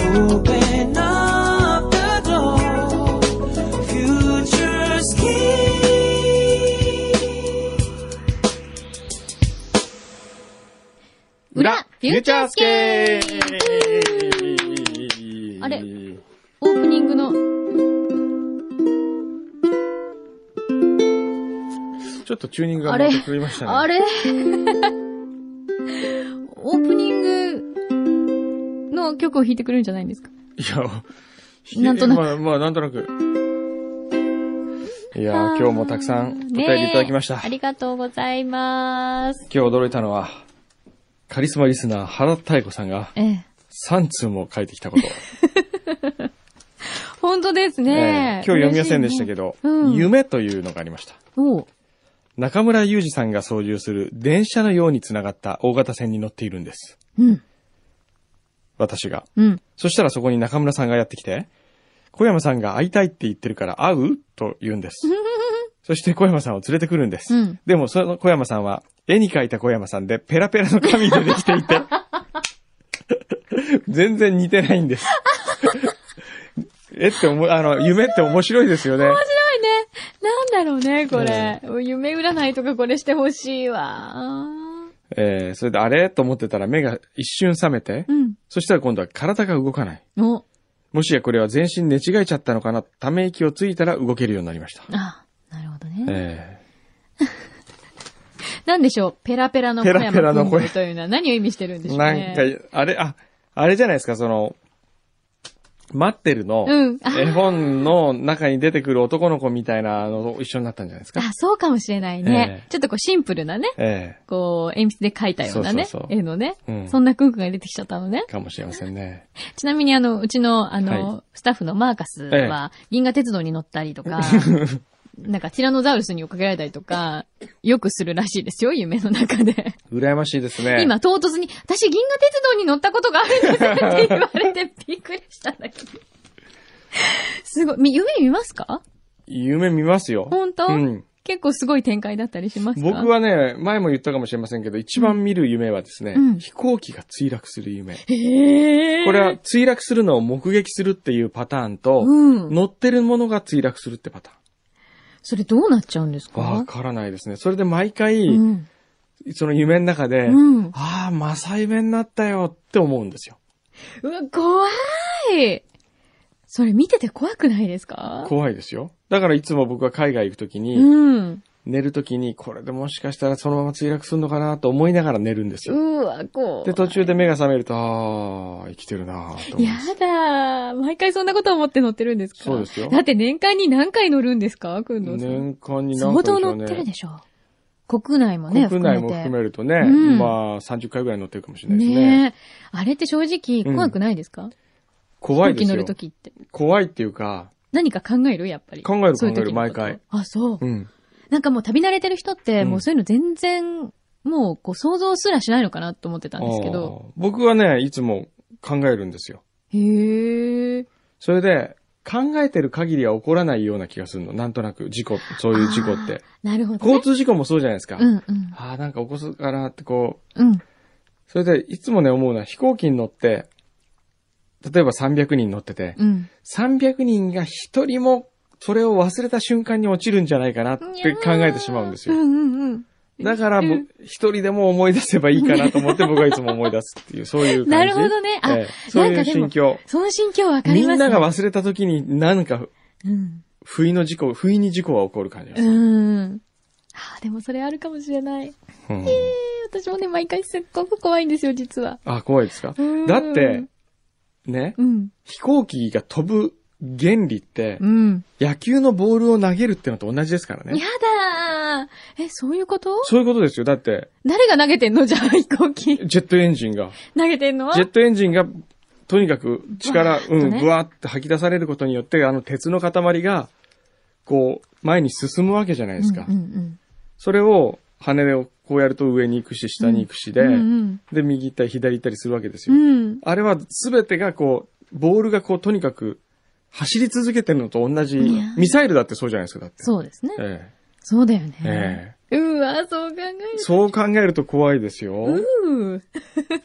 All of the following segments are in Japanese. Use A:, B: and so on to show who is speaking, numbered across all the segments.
A: Open up the door. Future's key.
B: 裏、フューチャースケ
C: ー
B: あれオープニングの、
C: ちょっとチューニングがまた狂いましたね。
B: あれオープニングの曲を弾いてくれるんじゃないんですか
C: いや、ひ
B: なんとなく
C: まあ、まあ、なんとなく。いやー、今日もたくさんお便りいただきました。
B: ねえありがとうございます。
C: 今日驚いたのは、カリスマリスナー原太子さんが
B: ええ。
C: 3通も書いてきたこと。
B: 本当です
C: え
B: ね
C: ー今日。読みませんでしたけど、
B: 嬉しいねうん
C: 夢というのがありました。
B: おう
C: 中村雄二さんが操縦する電車のようにつながった大型船に乗っているんです。
B: うん。
C: 私が。
B: うん。
C: そしたらそこに中村さんがやってきて、小山さんが会いたいって言ってるから会うと言うん です。そして小山さんを連れてくるんです。
B: うん
C: でもその小山さんは、絵に描いた小山さんでペラペラの紙でできてい て、全然似てないんです。えって思う、あの、夢って面白いですよね。
B: なんだろうね、これ。夢占いとかこれしてほしいわ。
C: えー、それであれと思ってたら目が一瞬覚めて、
B: うん。
C: そしたら今度は体が動かない。
B: お、
C: もしやこれは全身寝違えちゃったのかな、ため息をついたら動けるようになりました。
B: あ、なるほどね。
C: えー
B: なんでしょう、ペラペラの小山
C: ペラペラの小
B: 君
C: 山
B: というのは何を意味してるんでしょう
C: な
B: ね
C: ん。か、あれ、あ、あれじゃないですか、その、待ってるの、
B: うんあ
C: 絵本の中に出てくる男の子みたいなのと一緒になったんじゃないですか。
B: あ、そうかもしれないね
C: え。え
B: ちょっとこうシンプルなね、
C: え
B: こう、鉛筆で描いたようなね
C: そうそう、そう
B: 絵のね
C: う。ん
B: そんなクンクンが出てきちゃったのね
C: え。かもしれませんね。
B: ちなみにあの、うちの、あ
C: は
B: の、スタッフのマーカスは、銀河鉄道に乗ったりと か、なんかティラノザウルスに追っかけられたりとか、よくするらしいですよ、夢の中で。
C: 羨ましいですね。
B: 今、唐突に、私銀河鉄道に乗ったことがあるんですって言われてびっくりしたんだけど。すごい。み夢見ますか
C: 夢見ますよ。
B: 本当
C: うん。
B: 結構すごい展開だったりしますか
C: 僕。はね、前も言ったかもしれませんけど、一番見る夢はですね、
B: うん
C: 飛行機が墜落する夢。
B: へー
C: これは、墜落するのを目撃するっていうパターンと、
B: うん
C: 乗ってるものが墜落するってパターン。
B: それどうなっちゃうんですか
C: わからないですね。それで毎回、
B: うん。
C: その夢の中で、
B: うん
C: ああ、マサイ弁になったよって思うんですよ。
B: うわ、怖いそれ見てて怖くないですか
C: 怖いですよ。だからいつも僕は海外行くときに、
B: うん。
C: 寝るときに、これでもしかしたらそのまま墜落するのかなと思いながら寝るんですよ。
B: うわ、こう。
C: で、途中で目が覚めると、ああ、生きてるなぁと思う
B: やだー。毎回そんなこと思って乗ってるんですか
C: そうですよ
B: だって年間に何回乗るんですかくんのさん。
C: 年間に何
B: 相
C: 回でし
B: 当
C: ょう
B: 乗ってる
C: ね。
B: でしょ。国内もね、
C: 国内も含
B: て。
C: めるとね、
B: うん
C: まあ30回ぐらい乗ってるかもしれないですね。
B: ねえ。あれって正直怖くないですか、
C: 怖いで
B: 飛行機
C: す
B: 乗る
C: よ
B: と。きって。
C: 怖いっていうか、
B: 何か考えるやっぱり。
C: 考える
B: そういう時
C: 考える
B: のこと
C: 毎回。
B: あ、そう。
C: うん。
B: なんかもう旅慣れてる人って、
C: うん
B: もうそういうの全然、もうこう想像すらしないのかなと思ってたんですけど。
C: あー僕はね、いつも考えるんですよ。
B: へえ。
C: それで、考えてる限りは起こらないような気がするの。なんとなく、事故、そういう事故って。
B: なるほど、ね。
C: 交通事故もそうじゃないですか。
B: うんうん。
C: ああ、なんか起こすかなってこう。
B: うん。
C: それで、いつもね、思うのは飛行機に乗って、例えば300人乗ってて、
B: うん。
C: 300人が1人もそれを忘れた瞬間に落ちるんじゃないかなって考えてしまうんです
B: う
C: よ。
B: んうんうん。
C: だから、
B: う
C: もうん一人でも思い出せばいいかなと思って僕はいつも思い出すっていう、そういう感じ。
B: なるほどねあ
C: ええそうい
B: なん
C: う
B: かでも
C: 心境。
B: その心境わか
C: み
B: ります、ね。
C: んなが忘れた時になんか
B: うん。
C: 不意の事故、不意に事故は起こる感じがする。
B: うん。ああ、でもそれあるかもしれない。
C: うん
B: 私もね、毎回すっごく怖いんですよ、実は。
C: あ、怖いですか
B: うん
C: だって、ね
B: う、ん。
C: 飛行機が飛ぶ原理って、
B: うん。
C: 野球のボールを投げるってのと同じですからね
B: や。だーえ、そういうこと
C: そういうことですよ。だって、
B: 誰が投げてんのじゃあ、飛行 機。
C: ジェットエンジンが、
B: 投げてんのは
C: ジェットエンジンが、とにかく力、
B: ーっと
C: う
B: ね
C: ん、ぶわーって吐き出されることによって、あの鉄の塊が、こう、前に進むわけじゃないですか。
B: うんうん
C: それを、羽をこうやると上に行くし、下に行くしで、
B: うん。うん
C: で、右行ったり左行ったりするわけです
B: う
C: よ。
B: ん。うん。
C: あれはすべてがこう、ボールがこう、とにかく、走り続けてるのと同じ
B: いや、
C: ミサイルだってそうじゃないですか、だって。
B: そうですね。
C: え
B: そうだよ
C: え
B: ね。
C: え
B: うわ、そう考える
C: え
B: と
C: そう考えると怖いですよ。
B: うー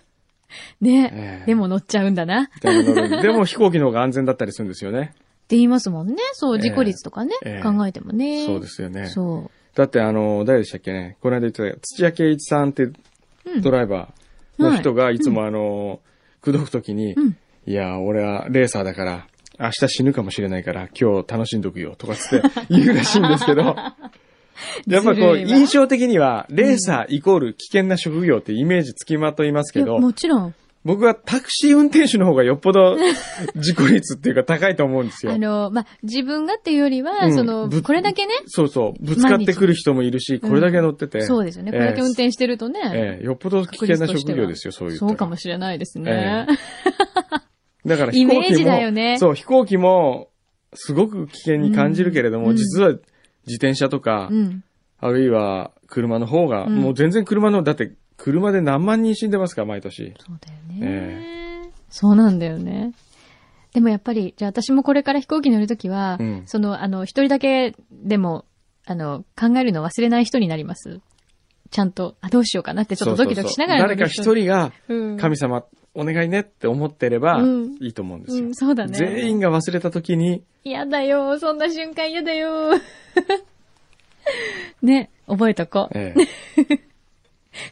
B: ね。
C: ええ
B: でも乗っちゃうんだな。っ
C: でも乗るでも飛行機の方が安全だったりするんですよね。
B: て言いますもんね。そう、
C: ええ
B: 事故率とかね。
C: ええ
B: 考えてもね。
C: そうですよね。
B: そ
C: だってあの、誰でしたっけね。この間言ってた、土屋圭一さんって
B: うん
C: ドライバーの人がいつもあの、口説くときに、
B: うん
C: いや、俺はレーサーだから、明日死ぬかもしれないから、今日楽しんどくよ、とかつって 言うらしいんですけ ど、やっぱ
B: ず
C: こう、
B: るいわ
C: 印象的には、レーサーイコール危険な職業ってイメージつきまといます
B: う。い
C: け
B: や、
C: ど、
B: もちろん。
C: 僕はタクシー運転手の方がよっぽど 事故率っていうか高いと思うんですよ
B: あ。の、まあ、自分がっていうよりは、
C: うん
B: その、
C: ぶ
B: これだけね。
C: そうそう、ぶつかってくる人もいるし、
B: 日
C: これだけ乗ってて。
B: そうですよね。これだけ運
C: え
B: 転してると
C: え
B: ね。
C: ええよっぽど危険な職業ですよ、そういう。
B: そうかもしれないですね。
C: だから飛
B: イ
C: 行機も。
B: メージだよね
C: そう、飛行機も、すごく危険に感じるけれども、
B: うん
C: 実は自転車とか、
B: うん。
C: あるいは車の方が、
B: うん
C: もう全然車の、だって車で何万人死んでますから、毎年。
B: そうだよね、そうなんだよね。でもやっぱり、じゃあ私もこれから飛行機乗るときは、
C: うん
B: その、あの、一人だけでも、あの、考えるの忘れない人になります。ちゃんと、あ、どうしようかなってちょっとドキドキしながら
C: そうそうそう誰か一
B: 人、
C: 人が、
B: うん、
C: 神様、お願いねって思ってれば
B: うん、
C: いいと思うんですよ。
B: うんそうだね
C: 全員が忘れた時に、
B: 嫌だよ、そんな瞬間嫌だよ。 ね、覚えとこう。
C: え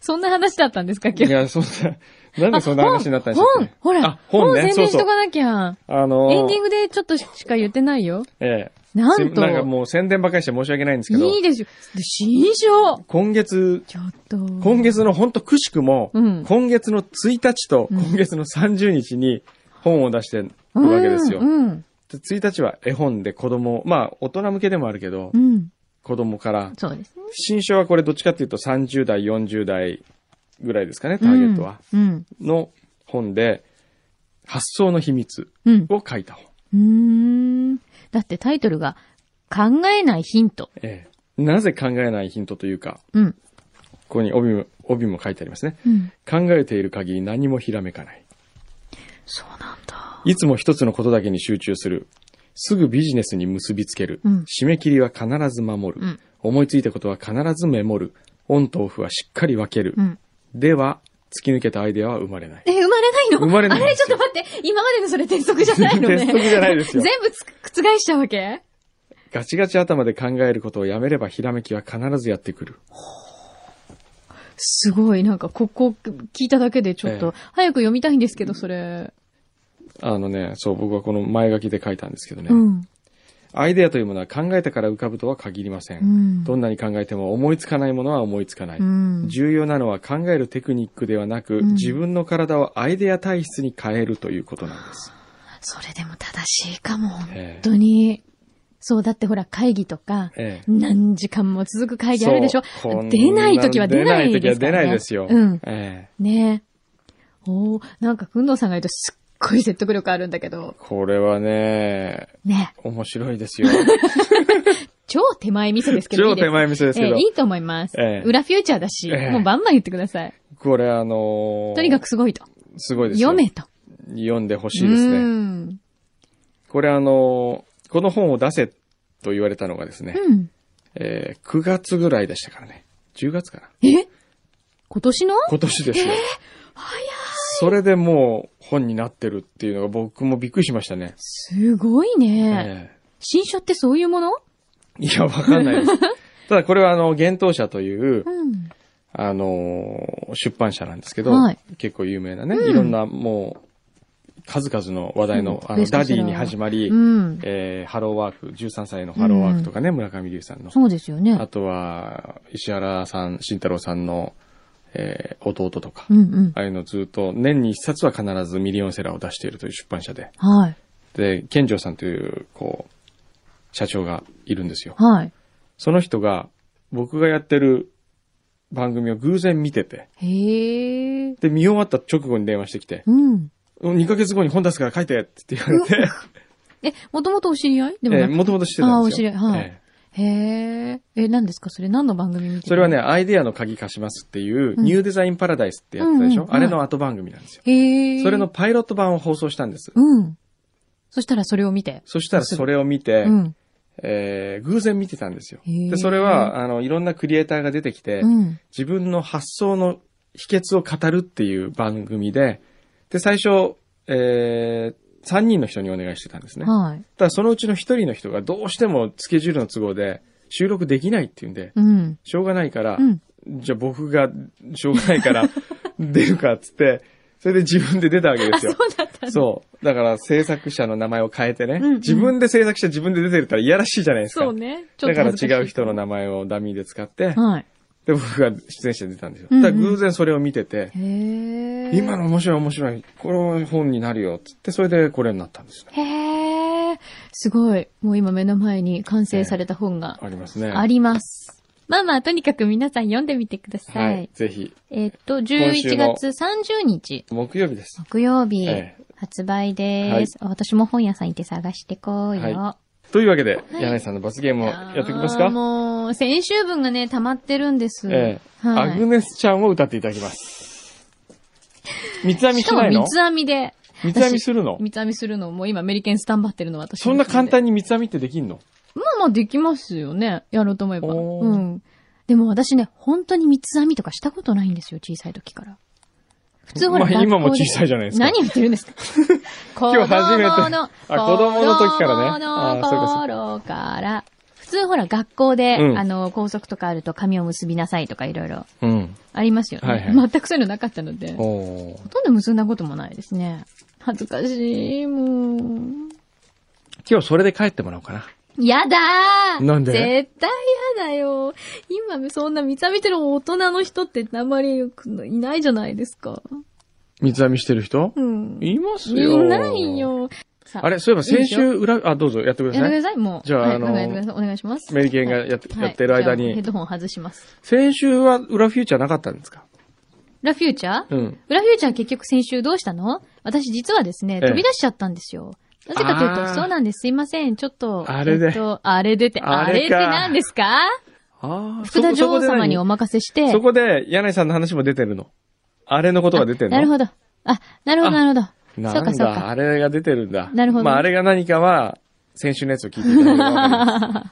B: そんな話だったんですか、今
C: え、い
B: 日。
C: や、そんな、なんでそんな話になったんでしょう
B: 本
C: ね。、
B: ほ
C: あ
B: ら、、
C: 本
B: 本
C: ね、
B: 宣
C: そう
B: 伝し
C: そ
B: と
C: う。
B: かなきゃ。
C: あのー、
B: エンディングでちょっとしか言ってないよ。
C: ええ。
B: なんと
C: せんかもう宣伝ばかりして申し訳ないんですけど、
B: いいですよ。で新章
C: 今月、
B: ちょっと。
C: 今月のほんとくしくも、
B: うん
C: 今月の1日と
B: うん
C: 今月の30日に本を出してるわけですよ。
B: うん。うん
C: で1日は絵本で子供、まあ大人向けでもあるけど、
B: うん。
C: 子供から、
B: そうですね。
C: 新書はこれどっちかっていうと30代、40代ぐらいですかね、ターゲットは。
B: うん。
C: の本で、発想の秘密
B: うん。
C: を書いた本。
B: うん。うーんだってタイトルが、考えないヒント。
C: ええなぜ考えないヒントというか、
B: うん。
C: ここに帯も、帯も書いてありますね。
B: うん。
C: 考えている限り何もひらめかない。
B: そうなんだ。
C: いつも一つのことだけに集中する。すぐビジネスに結びつける。
B: うん
C: 締め切りは必ず守る、
B: うん
C: 思いついたことは必ずメモる。オンとオフはしっかり分ける。
B: うん。
C: では、突き抜けたアイデアは生まれない。
B: え、生まれないの
C: 生まれない
B: あ
C: んで
B: れちょ
C: す
B: っ
C: よ
B: と待って。今までのそれ鉄則じゃないのね。
C: 鉄則じゃないですよ
B: 全部つ覆しちゃうわけ
C: ガチガチ頭で考えることをやめればひらめきは必ずやってくる。
B: すごい。なんか、ここ聞いただけでちょっ
C: ええ
B: と、早く読みたいんですけど、それ。
C: あのね、そう僕はこの前書きで書いたんですけどね。
B: うん。
C: アイデアというものは考えたから浮かぶとは限りません。
B: うん
C: どんなに考えても思いつかないものは思いつかない。
B: うん。
C: 重要なのは考えるテクニックではなく、
B: うん
C: 自分の体をアイデア体質に変えるということなんです。
B: それでも正しいかも、
C: え
B: 本
C: え
B: 当に。そう、だってほら、会議とか、
C: ええ
B: 何時間も続く会議あるでしょ
C: そうこん
B: 出ない時は出ないですか
C: 出
B: ら、ね。
C: ない時は出ないですよ。
B: うん。
C: ええ
B: ねえ。おーなんか、くんどうさんが言うとすっごい説得力あるんだけど、
C: これはね、
B: ねえ
C: 面白い ですよ。
B: 超手前味噌ですけどい
C: 超
B: いです。
C: 手前味噌ですけど
B: ええ、いいと思います。
C: ええ
B: 裏フューチャーだし、
C: ええ
B: もうバンバン言ってください。
C: これあのー
B: とにかくすごいと。
C: すごいですよ。
B: 読めと。
C: 読んでほしいです
B: う
C: ね。
B: ん。
C: これあのーこの本を出せと言われたのがですね、
B: うん。
C: えー9月ぐらいでしたからね。10月かな。
B: え今年の
C: 今年ですよ。それでもう本になってるっていうのが僕もびっくりしましたね。
B: すごいね。
C: え
B: 新書ってそういうもの
C: えいや、わかんないで す。ただこれはあの、幻冬社という、
B: うん。
C: あのー出版社なんですけど、
B: はい
C: 結構有名なね、
B: うん
C: いろんなもう、数々の話題の、
B: うん
C: あ
B: ベ
C: の、
B: スト
C: ダ
B: セ
C: デ
B: ラー
C: ィに始まり、
B: うん。
C: えーハローワーク、13歳のハローワークとかね、村上龍さんの。
B: そうですよ
C: あ
B: ね。
C: とは、石原さん、慎太郎さんの、えー弟とか、
B: うんうん。
C: ああいうのずっと、年に一冊は必ずミリオンセラーを出しているという出版社で。
B: はい。
C: で、健城さんという、こう、社長がいるんですよ。
B: はい。
C: その人が、僕がやってる番組を偶然見てて、
B: へえ。
C: で、見終わった直後に電話してきて、
B: うん。
C: 2ヶ月後に本出すから書いてって言われて、
B: え、もともとお知り合いでも
C: え
B: なく、
C: もともとしてたんですよ。
B: あーお知り合いはい
C: ええ
B: へえ。え、何ですかそれ何の番組見てる
C: それはね、。アイデアの鍵貸しますっていう、
B: うん
C: ニューデザインパラダイスってやってたでしょ、
B: うんうん
C: あれの後番組なんですよ。
B: へえ。
C: それの、パイロット版を放送したんです。
B: うん。そしたらそれを見て。
C: そしたらそれを見て、
B: うん。
C: えー偶然見てたんですよ。
B: へー
C: で、それは、あの、いろんなクリエイターが出てきて、
B: うん。
C: 自分の発想の秘訣を語るっていう番組で、で、最初、えー、3人の人にお願いしてたんですね。
B: はい。
C: ただそのうちの1人の人がどうしてもスケジュールの都合で収録できないっていうんで、
B: うん。
C: しょうがないから、
B: うん。
C: じゃあ僕がしょうがないから 出るかっつって、それで自分で出たわけですよ。
B: そうだったんだ
C: そう。だから制作者の名前を変えてね、
B: うんうん
C: 自分で制作者自分で出てるからいやらしいじゃないですか。
B: そうね。ちょ
C: だ
B: っと
C: から
B: 恥ずしい
C: 違う人の名前をダミーで使って、
B: はい。
C: で、僕が出演者で出たんですよ。
B: うんうん
C: ただ偶然それを見てて、
B: へえ。
C: 今。の面白い面白い、この本になるよ、つって、それでこれになったんですよ。
B: へえ。すごい。もう今目の前に完成された本が
C: ありますね。
B: あります。まあまあ、とにかく皆さん読んでみてくださ。
C: はいい。ぜひ、
B: えっと、
C: 今週
B: 11
C: の
B: 月30日、
C: 木曜日です。
B: 木曜日、
C: え
B: 発売です、私も本屋さん行って探してこうよ。
C: はというわけで、柳井さんの罰ゲームをやっていきます
B: あ
C: か
B: ーもう、先週分がね、溜まってるんです。
C: ええ
B: は
C: アグ
B: い。
C: ネスちゃんを歌っていただきます。三つ編み
B: し
C: し
B: か
C: な
B: も
C: いの
B: 三つ編みで、
C: 三つ編みするの
B: 三つ編みするの、もう今アメリケンスタンバってるの私。
C: そんな簡単
B: に。
C: に三つ編みってできんの
B: まあまあできますよね。やろうと思えば。
C: おー
B: うん。でも私ね、本当に三つ編みとかしたことないんですよ、小さい時から。普通ほら、
C: まあ今も
B: 学校で
C: 小さいじゃないですか
B: 何言ってるんですか
C: 今日初めて
B: 子供の
C: あ子供の時からね
B: 子供の
C: あそうか
B: 頃から。普通ほら、学校で、
C: うん
B: あの、校則とかあると髪を結びなさいとかいろいろ
C: うん。
B: ありますよね。
C: はいはい
B: 全くそういうのなかったので、ほ
C: おー
B: とんど結んだこともないですね。恥ずかしい、もう。
C: 今日それで帰ってもらおうかな。
B: やだー
C: なんで
B: 絶対やだよ。今、そんな見た目てる大人の人ってあんまりいないじゃないですか。
C: 三つ編みしてる人
B: うん。
C: いますよ。
B: いない。よ。さ
C: あれ、そういえば先
B: いい
C: 週、裏、あ、どうぞやってくだ
B: やめ
C: さ
B: て
C: い。
B: ください、もう。
C: じゃあ
B: はい
C: あの
B: 考えてくださいお願いします。
C: メリケンがやって
B: はい
C: やってる間に
B: じゃあヘッドホン外します。
C: 先週は裏フューチャーなかったんですか
B: ラフューチャー
C: うん。
B: ラフューチャー結局先週どうしたの私実はですね、
C: ええ
B: 飛び出しちゃったんですよ。なぜかという
C: あー
B: と、そうなんです。すいません。ちょっと。
C: あれで
B: えっと、あれでって、
C: あ
B: あ
C: れ
B: れって
C: か
B: 何ですか
C: ああ、
B: 福田女王様にお
C: そこ
B: 任せして。
C: そこで、柳井さんの話も出てるの。あれのことが出てるの
B: なるほど。あ、なるほど、
C: あ
B: なるほど。そ
C: な
B: うか、
C: ん
B: そう
C: だ、
B: か。
C: あれが出てるんだ。
B: なるほど
C: まあ、あれが何かは、先週のやつを聞いていただければわか ります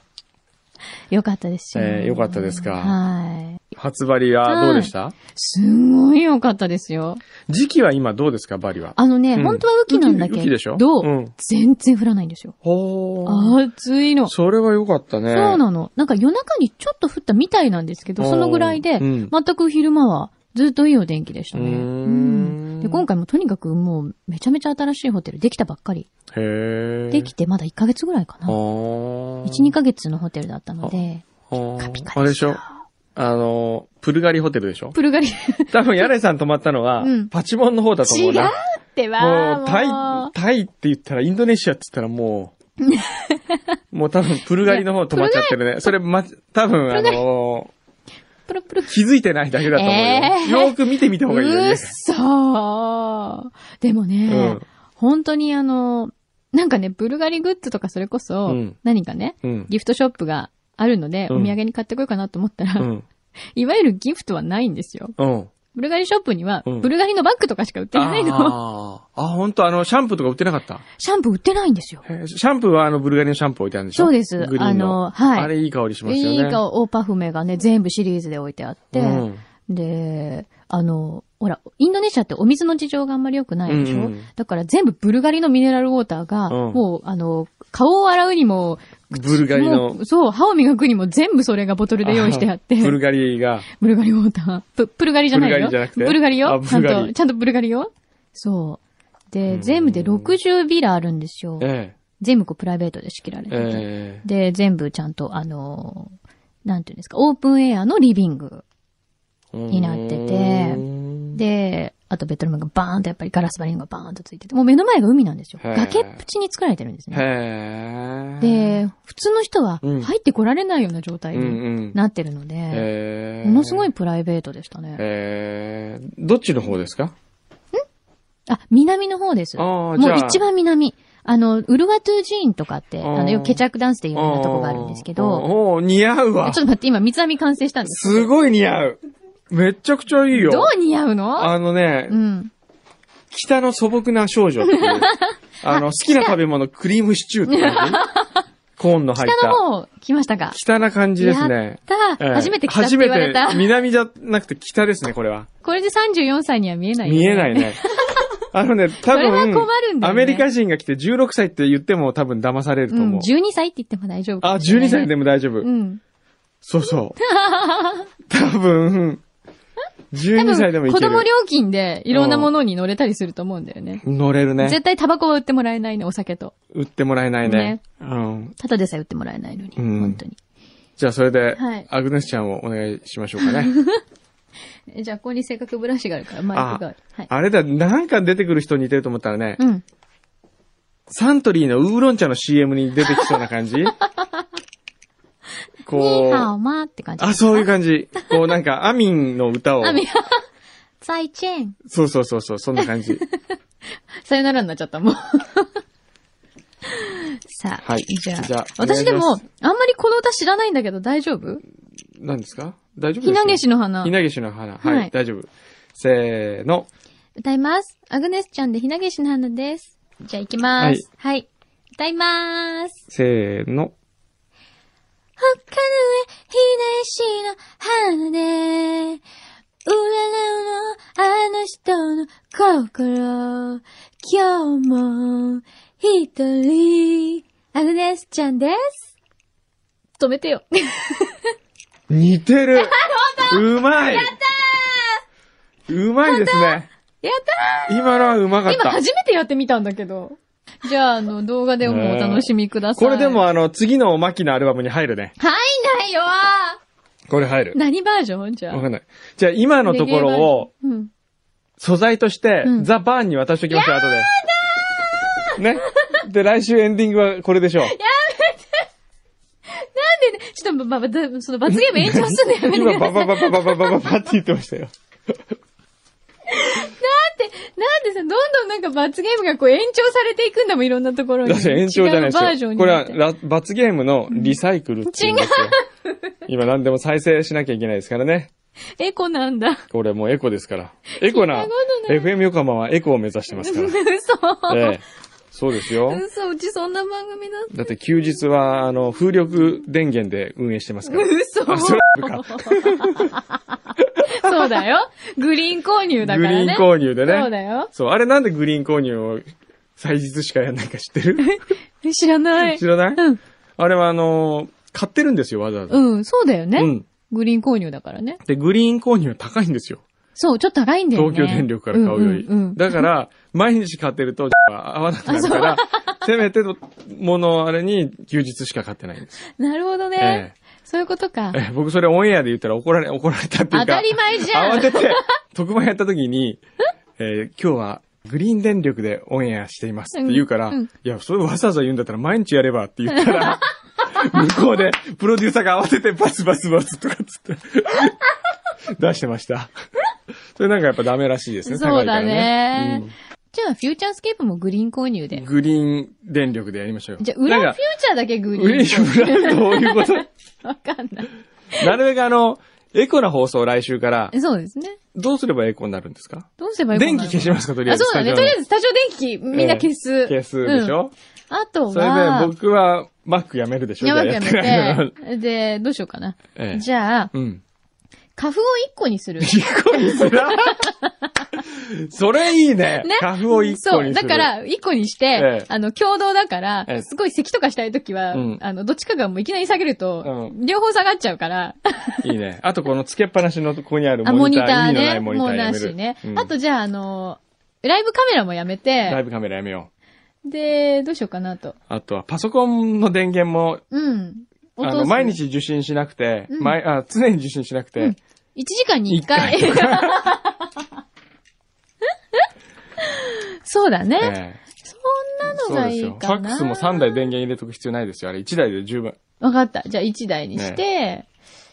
B: よかったですよ。
C: ええよかったですか
B: はい。
C: 初バリはどうでした、
B: すんごいよかったですよ。
C: 時期は今どうですか、バリは。
B: あのね、
C: うん
B: 本当は雨季なんだ
C: 雨
B: け
C: 季でしょ
B: ど、
C: うん
B: 全然降らないんですよ。
C: ほー。
B: 暑いの。そ
C: それは良かったね。
B: うなの。なんか夜中にちょっと降ったみたいなんですけど、
C: おー
B: そのぐらいで、
C: うん
B: 全く昼間はずっといいお天気でしたね。
C: うーん
B: うんで、今回もとにかくもうめちゃめちゃ新しいホテルできたばっかり。
C: へー。
B: できてまだ1ヶ月ぐらいか
C: あ
B: な。
C: ー。
B: 1、2ヶ月のホテルだったので、
C: あ
B: カピカピ
C: あれでしょあの、プルガリホテルでしょ
B: プルガリ。
C: 多分、柳井さん泊まったのは、
B: うん
C: パチモンの方だと思
B: 違
C: う
B: う
C: な。
B: ってば
C: もう、タイ、タイって言ったら、インドネシアって言ったらも う、もう多分、プルガリの方止まっちゃってるね。それ、ま、多分、あの
B: プルプル。
C: 気づいてないだけだと思うよ。
B: えー
C: よーく見てみた方がいいよ
B: う
C: ね
B: っ。そーでもね、
C: うん
B: 本当にあの、なんかね、ブルガリグッズとかそれこそ、
C: うん
B: 何かね、
C: うん。
B: ギフトショップがあるので、
C: うん
B: お土産に買ってこようかなと思ったら、
C: うん。
B: いわゆるギフトはないんですよ。
C: うん。
B: ブルガリショップには、
C: うん
B: ブルガリのバッグとかしか売ってないの。
C: あーあ、本当あの、シャンプーとか売ってなかった。
B: シャンプー売ってないんですよ。
C: へーシャンプーはあの、ブルガリのシャンプー置いてあるんでしょ
B: そうです
C: グリーンの
B: あのはい
C: あれいい香りしますよね。
B: いいか、オーパフメがね、全部シリーズで置いてあって、
C: うん
B: で、あの、ほら、インドネシアってお水の事情があんまり良くないでしょ、
C: うんうん
B: だから全部ブルガリのミネラルウォーターが、
C: うん
B: もう、あの、顔を洗うにも、
C: ブルガリの
B: もうそう、歯を磨くにも全部それがボトルで用意してあって、
C: ブ
B: ブ
C: ル
B: ル
C: ガリ が、
B: ガリウォーター。ププルガリじゃないよ。
C: ブルガリじゃなくて
B: ブルガリ
C: あ
B: よ。
C: ブ
B: ちゃ
C: ル
B: ん
C: ガリ
B: と、ちゃんとブルガリよ。そう。
C: う
B: で
C: ん、
B: 全部で60ビラあるんですよ。
C: え
B: 全部こうプライベートで仕切られ
C: え、
B: てて、
C: ええ、
B: で、全部ちゃんと、あのーなんていうんですか、オープンエアのリビング。になってて
C: うん、
B: で、あとベッドルームがバーンとやっぱりガラス張りのがバーンとついてて、もう目の前が海なんですよ。
C: へー
B: 崖っぷちに作られてるんですね。
C: へえ。
B: で、普通の人は
C: うん
B: 入ってこられないような状
C: う
B: 態
C: ん
B: に
C: うん、
B: なってるので、
C: ええ
B: ものすごい。プライベートでしたね。
C: ええ、どっちの方ですか
B: あ、南の方です。
C: あー
B: もう
C: じゃあ
B: 一番南。あの、ウルワトゥ寺院とかって、
C: あー
B: あの、よくケチャックダンスで有名なとこがあるんですけど、
C: おおー似合う
B: ちょ
C: わ
B: っ。と待って、今、三つ編み完成したんです。
C: すごい似合う。めちゃくちゃいいよ。
B: どう似合うの
C: あのね
B: う、ん。
C: 北の素朴な少女って いう、あの、好きな食べ物、クリームシチューって感じコーンの入っ
B: 北
C: た。
B: の方、来ましたか
C: 北な感じですね。
B: た
C: ええ
B: だ、初めて来たって言われた
C: 初めて、。南じゃなくて北ですね、これは。
B: これで34歳には見えないよね。
C: 見えないね。あのね、多
B: それは困るん
C: 分、
B: だよね
C: アメリカ人が来て16歳って言っても多分騙されると
B: う
C: 思う。
B: ん、12歳って言っても大丈夫
C: あ、12歳で
B: も。
C: も大丈夫。
B: うん。
C: そうそう。 多分、
B: 多
C: 12歳でも
B: 分、
C: い
B: 子
C: ける
B: 供。料金でいろんなものに乗れたりすると思うんだよね。
C: 乗れるね
B: 絶。対タバコは売ってもらえないね、お酒と。
C: 売ってもらえないね。
B: ね
C: うん。
B: ただでさえ売ってもらえないのに。
C: うん
B: 本当に。
C: じゃあそれで、
B: はい
C: アグネスちゃんをお願いしましょうかね。
B: えじゃあ、ここに性格ブラシがあるから、マイクがある。はい。
C: あれだ、なんか出てくる人に似てると思ったらね、
B: うん。
C: サントリーのウーロン茶の CM に出てきそうな 感じ
B: ニー
C: こ
B: ハオ
C: う、
B: マーって感じ。
C: あ、そういう感じ。こうなんか、アミンの歌を、
B: あ、み再チェーン。
C: そうそうそうそう、そんな感 じ。
B: さよならになっちゃった、もう。 さあ、
C: はい
B: じゃあ。
C: じゃあ
B: 私で
C: お願い
B: も
C: し、
B: あんまりこの歌知らないんだけど、大丈夫
C: 何ですか大丈夫です
B: ひなげしの花
C: ひ。なげしの花。はい、
B: はい
C: 大丈夫。せーの。
B: 歌います。アグネスちゃんでひなげしの花です。じゃあ行きます。はい。歌います。
C: せーの。
B: ほっかのえ、ひなげしの花で、うららのあの人の心、今日も、一人、アグネスちゃんです。止めて よ。
C: 似てるうまいやったーうまいですね。
B: やったー
C: 今のはうまかっ
B: 今
C: た。
B: 初めてやってみたんだけど。じゃあ、あの、動画でもお楽しみください。
C: これで。もあの、次のマキのアルバムに入るね。
B: 入んないよ
C: これ入る
B: ー。何バージョンじゃあ。
C: わかんない。じゃあ今のところを
B: レゲエバージョン。うん。
C: 素材として
B: うん
C: ザ・バーンに渡しておきましょう、後で。ね。で、来週エンディングはこれでしょう。
B: なんでね、ちょっと、ま、ま、だその罰ゲーム延長すんのやめてくだ
C: 今、
B: さい。
C: バ
B: なん
C: ババババババババって言ってましたよ。
B: で、なんでさ、どんどんなんか罰ゲームがこう延長されていくんだもん、いろんなところに。
C: だって延長じゃない
B: 違うバー
C: です
B: ジョン
C: よ。
B: に
C: これ
B: なっ
C: は
B: て
C: ら罰ゲームのリサイクルっていうんですよ。今何でも再生しなきゃいけないですからね。
B: エコなんだ。
C: これもうエコですから。エコな
B: 聞いたこと、ない
C: FM 横浜はエコを目指してますか
B: 嘘。
C: ら。ええ。そうですよ。
B: 嘘、うちそんな番組だ
C: だって休日は、あの、風力電源で運営してますから。
B: 嘘
C: あ、そうか。
B: そうだよ。グリーン購入だか
C: グ
B: らね。
C: リーン購入でね。
B: そうだよ。
C: そう、あれなんでグリーン購入を祭日しかやんないか知ってる
B: え知らない
C: 知。らない、
B: うん
C: あれはあのー買ってるんですよ、わざわざ。
B: うん、そうだよね。
C: うん
B: グリーン購入だからね。
C: で、グリーン購入高いんですよ。
B: そう、ちょっと高いんだよね。
C: 東京電力から買うより。
B: うんうんうん
C: だから、毎日買ってると、合わなくなる から、せめてのものあれに休日しか買ってないんです。
B: なるほど
C: え
B: ね。そういうことか。
C: え 僕それオンエアで言ったら怒られ、怒られたっていうか。
B: 当たり前じゃん
C: 慌てて、特番やった時に、えー今日はグリーン電力でオンエアしていますって言うから、
B: うんうん
C: いや、それわざわざ言うんだったら毎日やればって言った ら、向こうでプロデューサーが慌ててバスバスバスとかっつ って、出してました。それなんかやっぱダメらしいですね、高
B: そう
C: いか
B: だ
C: ら
B: ね
C: うん。
B: じゃあ、フューチャースケープもグリーン購入で。
C: グリーン電力でやりましょうよ。
B: じゃあ、
C: な
B: 裏
C: ん
B: フ
C: か
B: ューチャーだけグリーン。
C: グリーン、どういうこと
B: わかんない。
C: なるべくあの、エコな放送来週から、
B: そうですね。
C: どうすればエコになるんですか
B: どうすればいい
C: 電気消しますか、とりあえ
B: あ、
C: ず。
B: そうだね。
C: スタ
B: とり
C: ジ
B: あえず、スタジオ電気、みんな消
C: オ
B: す。
C: の消すでし
B: うん
C: ょ、
B: あと
C: それで、
B: は、
C: 僕は、マックやめるでしょ
B: やばくや
C: じゃあやって
B: め
C: ない
B: て、で、どうしようかな。
C: ええ
B: じゃあ、
C: うん。
B: 花粉を1個にする。
C: 一個にする それいいね。
B: ね
C: 花粉を一個
B: そう。
C: にする。
B: だか、ら、一個にして、
C: ええ
B: あの、共同だから、
C: ええ
B: すごい咳とかしたいときは、
C: うん
B: あの、どっちかがもういきなり下げると、
C: う
B: 両方下がっちゃうから、
C: いいね。あと、このつけっぱなしのとこにある
B: あ、モ
C: モニ
B: ニ
C: ター、
B: タ
C: 意
B: ー
C: 味のな
B: ね。
C: いモニタ
B: もう
C: ーや
B: な
C: める。
B: しね、
C: うん
B: あと、じゃあ、あの、ライブカメラもや
C: ラ
B: め
C: イ
B: て、
C: ブカメラやめよう。
B: で、どうしようかなと。
C: あとは、パソコンの電源も、
B: うん。
C: あ
B: 落と
C: の、
B: す
C: 毎。日受信しなくて、
B: うん
C: 毎あ常に受信しなくて、
B: うん1時間に1回。
C: 一
B: そうだね、
C: ええ
B: そんなのがいい
C: ファ
B: か
C: ック
B: な。
C: スも3台電源入れとく必要ないですよ。あれ1台で十分。
B: わかった。じゃあ1台にして、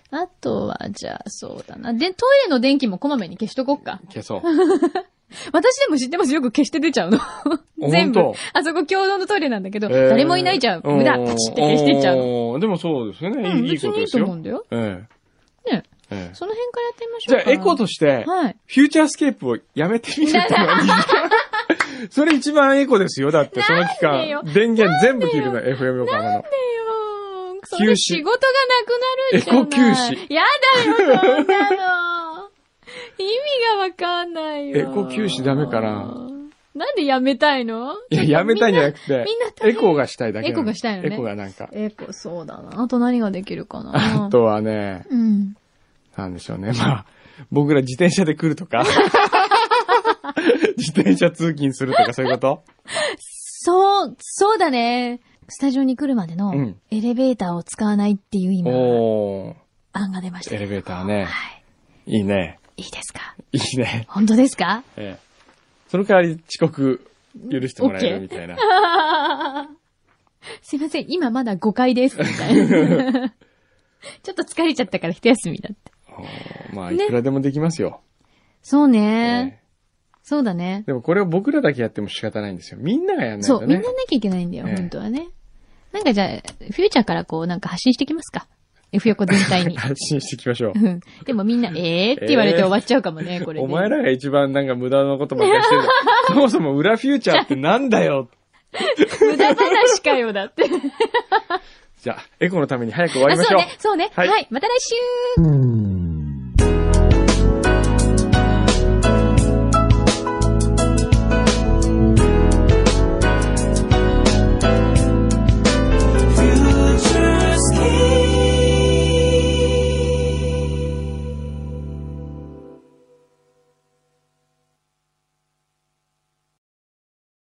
B: あとは、じゃあ、そうだな。で、トイレの電気もこまめに消しとこっか。
C: 消そう。
B: 私でも知ってます。よく消して出ちゃうの。 全部
C: 本。
B: あそこ共同のトイレなんだけど、誰もいないじゃん。無駄。パチって消してっちゃうの。
C: の。でもそうですよね。
B: うん、
C: いい
B: 別
C: こと
B: に
C: で
B: いい
C: す
B: と
C: よ。
B: 思うんだよ。
C: え
B: ね。
C: えええ
B: その辺からやってみましょ
C: じ
B: う
C: ゃあ
B: か。
C: エコとして、
B: はい。
C: フューチャースケープをやめてみるっての はそれ一番エコですよ。だってその期
B: なんでよ
C: 間、電源全部切るの、FM 横浜の。
B: よーそ
C: 休
B: れ
C: 止
B: 仕事がなくなるじゃない
C: エコ休止
B: やだよ、そんなの。意味がわかんないよ。
C: エコ休止ダメかな
B: なんでやめたいの
C: いや、やめたいんじゃなくて
B: みんな、大
C: エ
B: 変
C: コーがしたいだけなの。
B: エコーがしたいのね
C: エコーがなんか。
B: えこ、そうだな。あと何ができるかな。
C: あとはね、
B: うん。
C: なんでしょうね。 まあ、僕ら自転車で来るとか。 自転車通勤するとかそういうこと
B: そう、そうだね。スタジオに来るまでの
C: うん
B: エレベーターを使わないっていう今、
C: おー、
B: 案が出ました
C: エ
B: け
C: レ
B: ど。
C: ベーターね。
B: はい。
C: いいね。
B: いいですか
C: いいね。
B: 本当ですか
C: ええ。その代わり遅刻許してもらえるみたい な。
B: すいません、今まだ5回です。みたいな ちょっと疲れちゃったから一休みだって。
C: おーまあ、いくらでもできますよ。
B: そう
C: え
B: ね。
C: え
B: そうだね。
C: でもこれを僕らだけやっても仕方ないんですよ。みんながやんない
B: そ
C: と
B: う、みん
C: ね
B: な。なきゃいけないんだよ、
C: ええ
B: 本当はね。なんかじゃあ、フューチャーからこう、なんか発信してきますか。F 横全体 に。
C: 発信していきましょう
B: う。んでもみんな、えーって言われて終わっちゃうかもね、これで。
C: お前らが一番なんか無駄なことばっかりして る。そもそも裏フューチャーってなんだよ。
B: 無駄話かよ、だって。
C: じゃあ、エコのために早く終わりましょう。
B: あそうね、そうね。
C: はい
B: はい、また来週
C: うん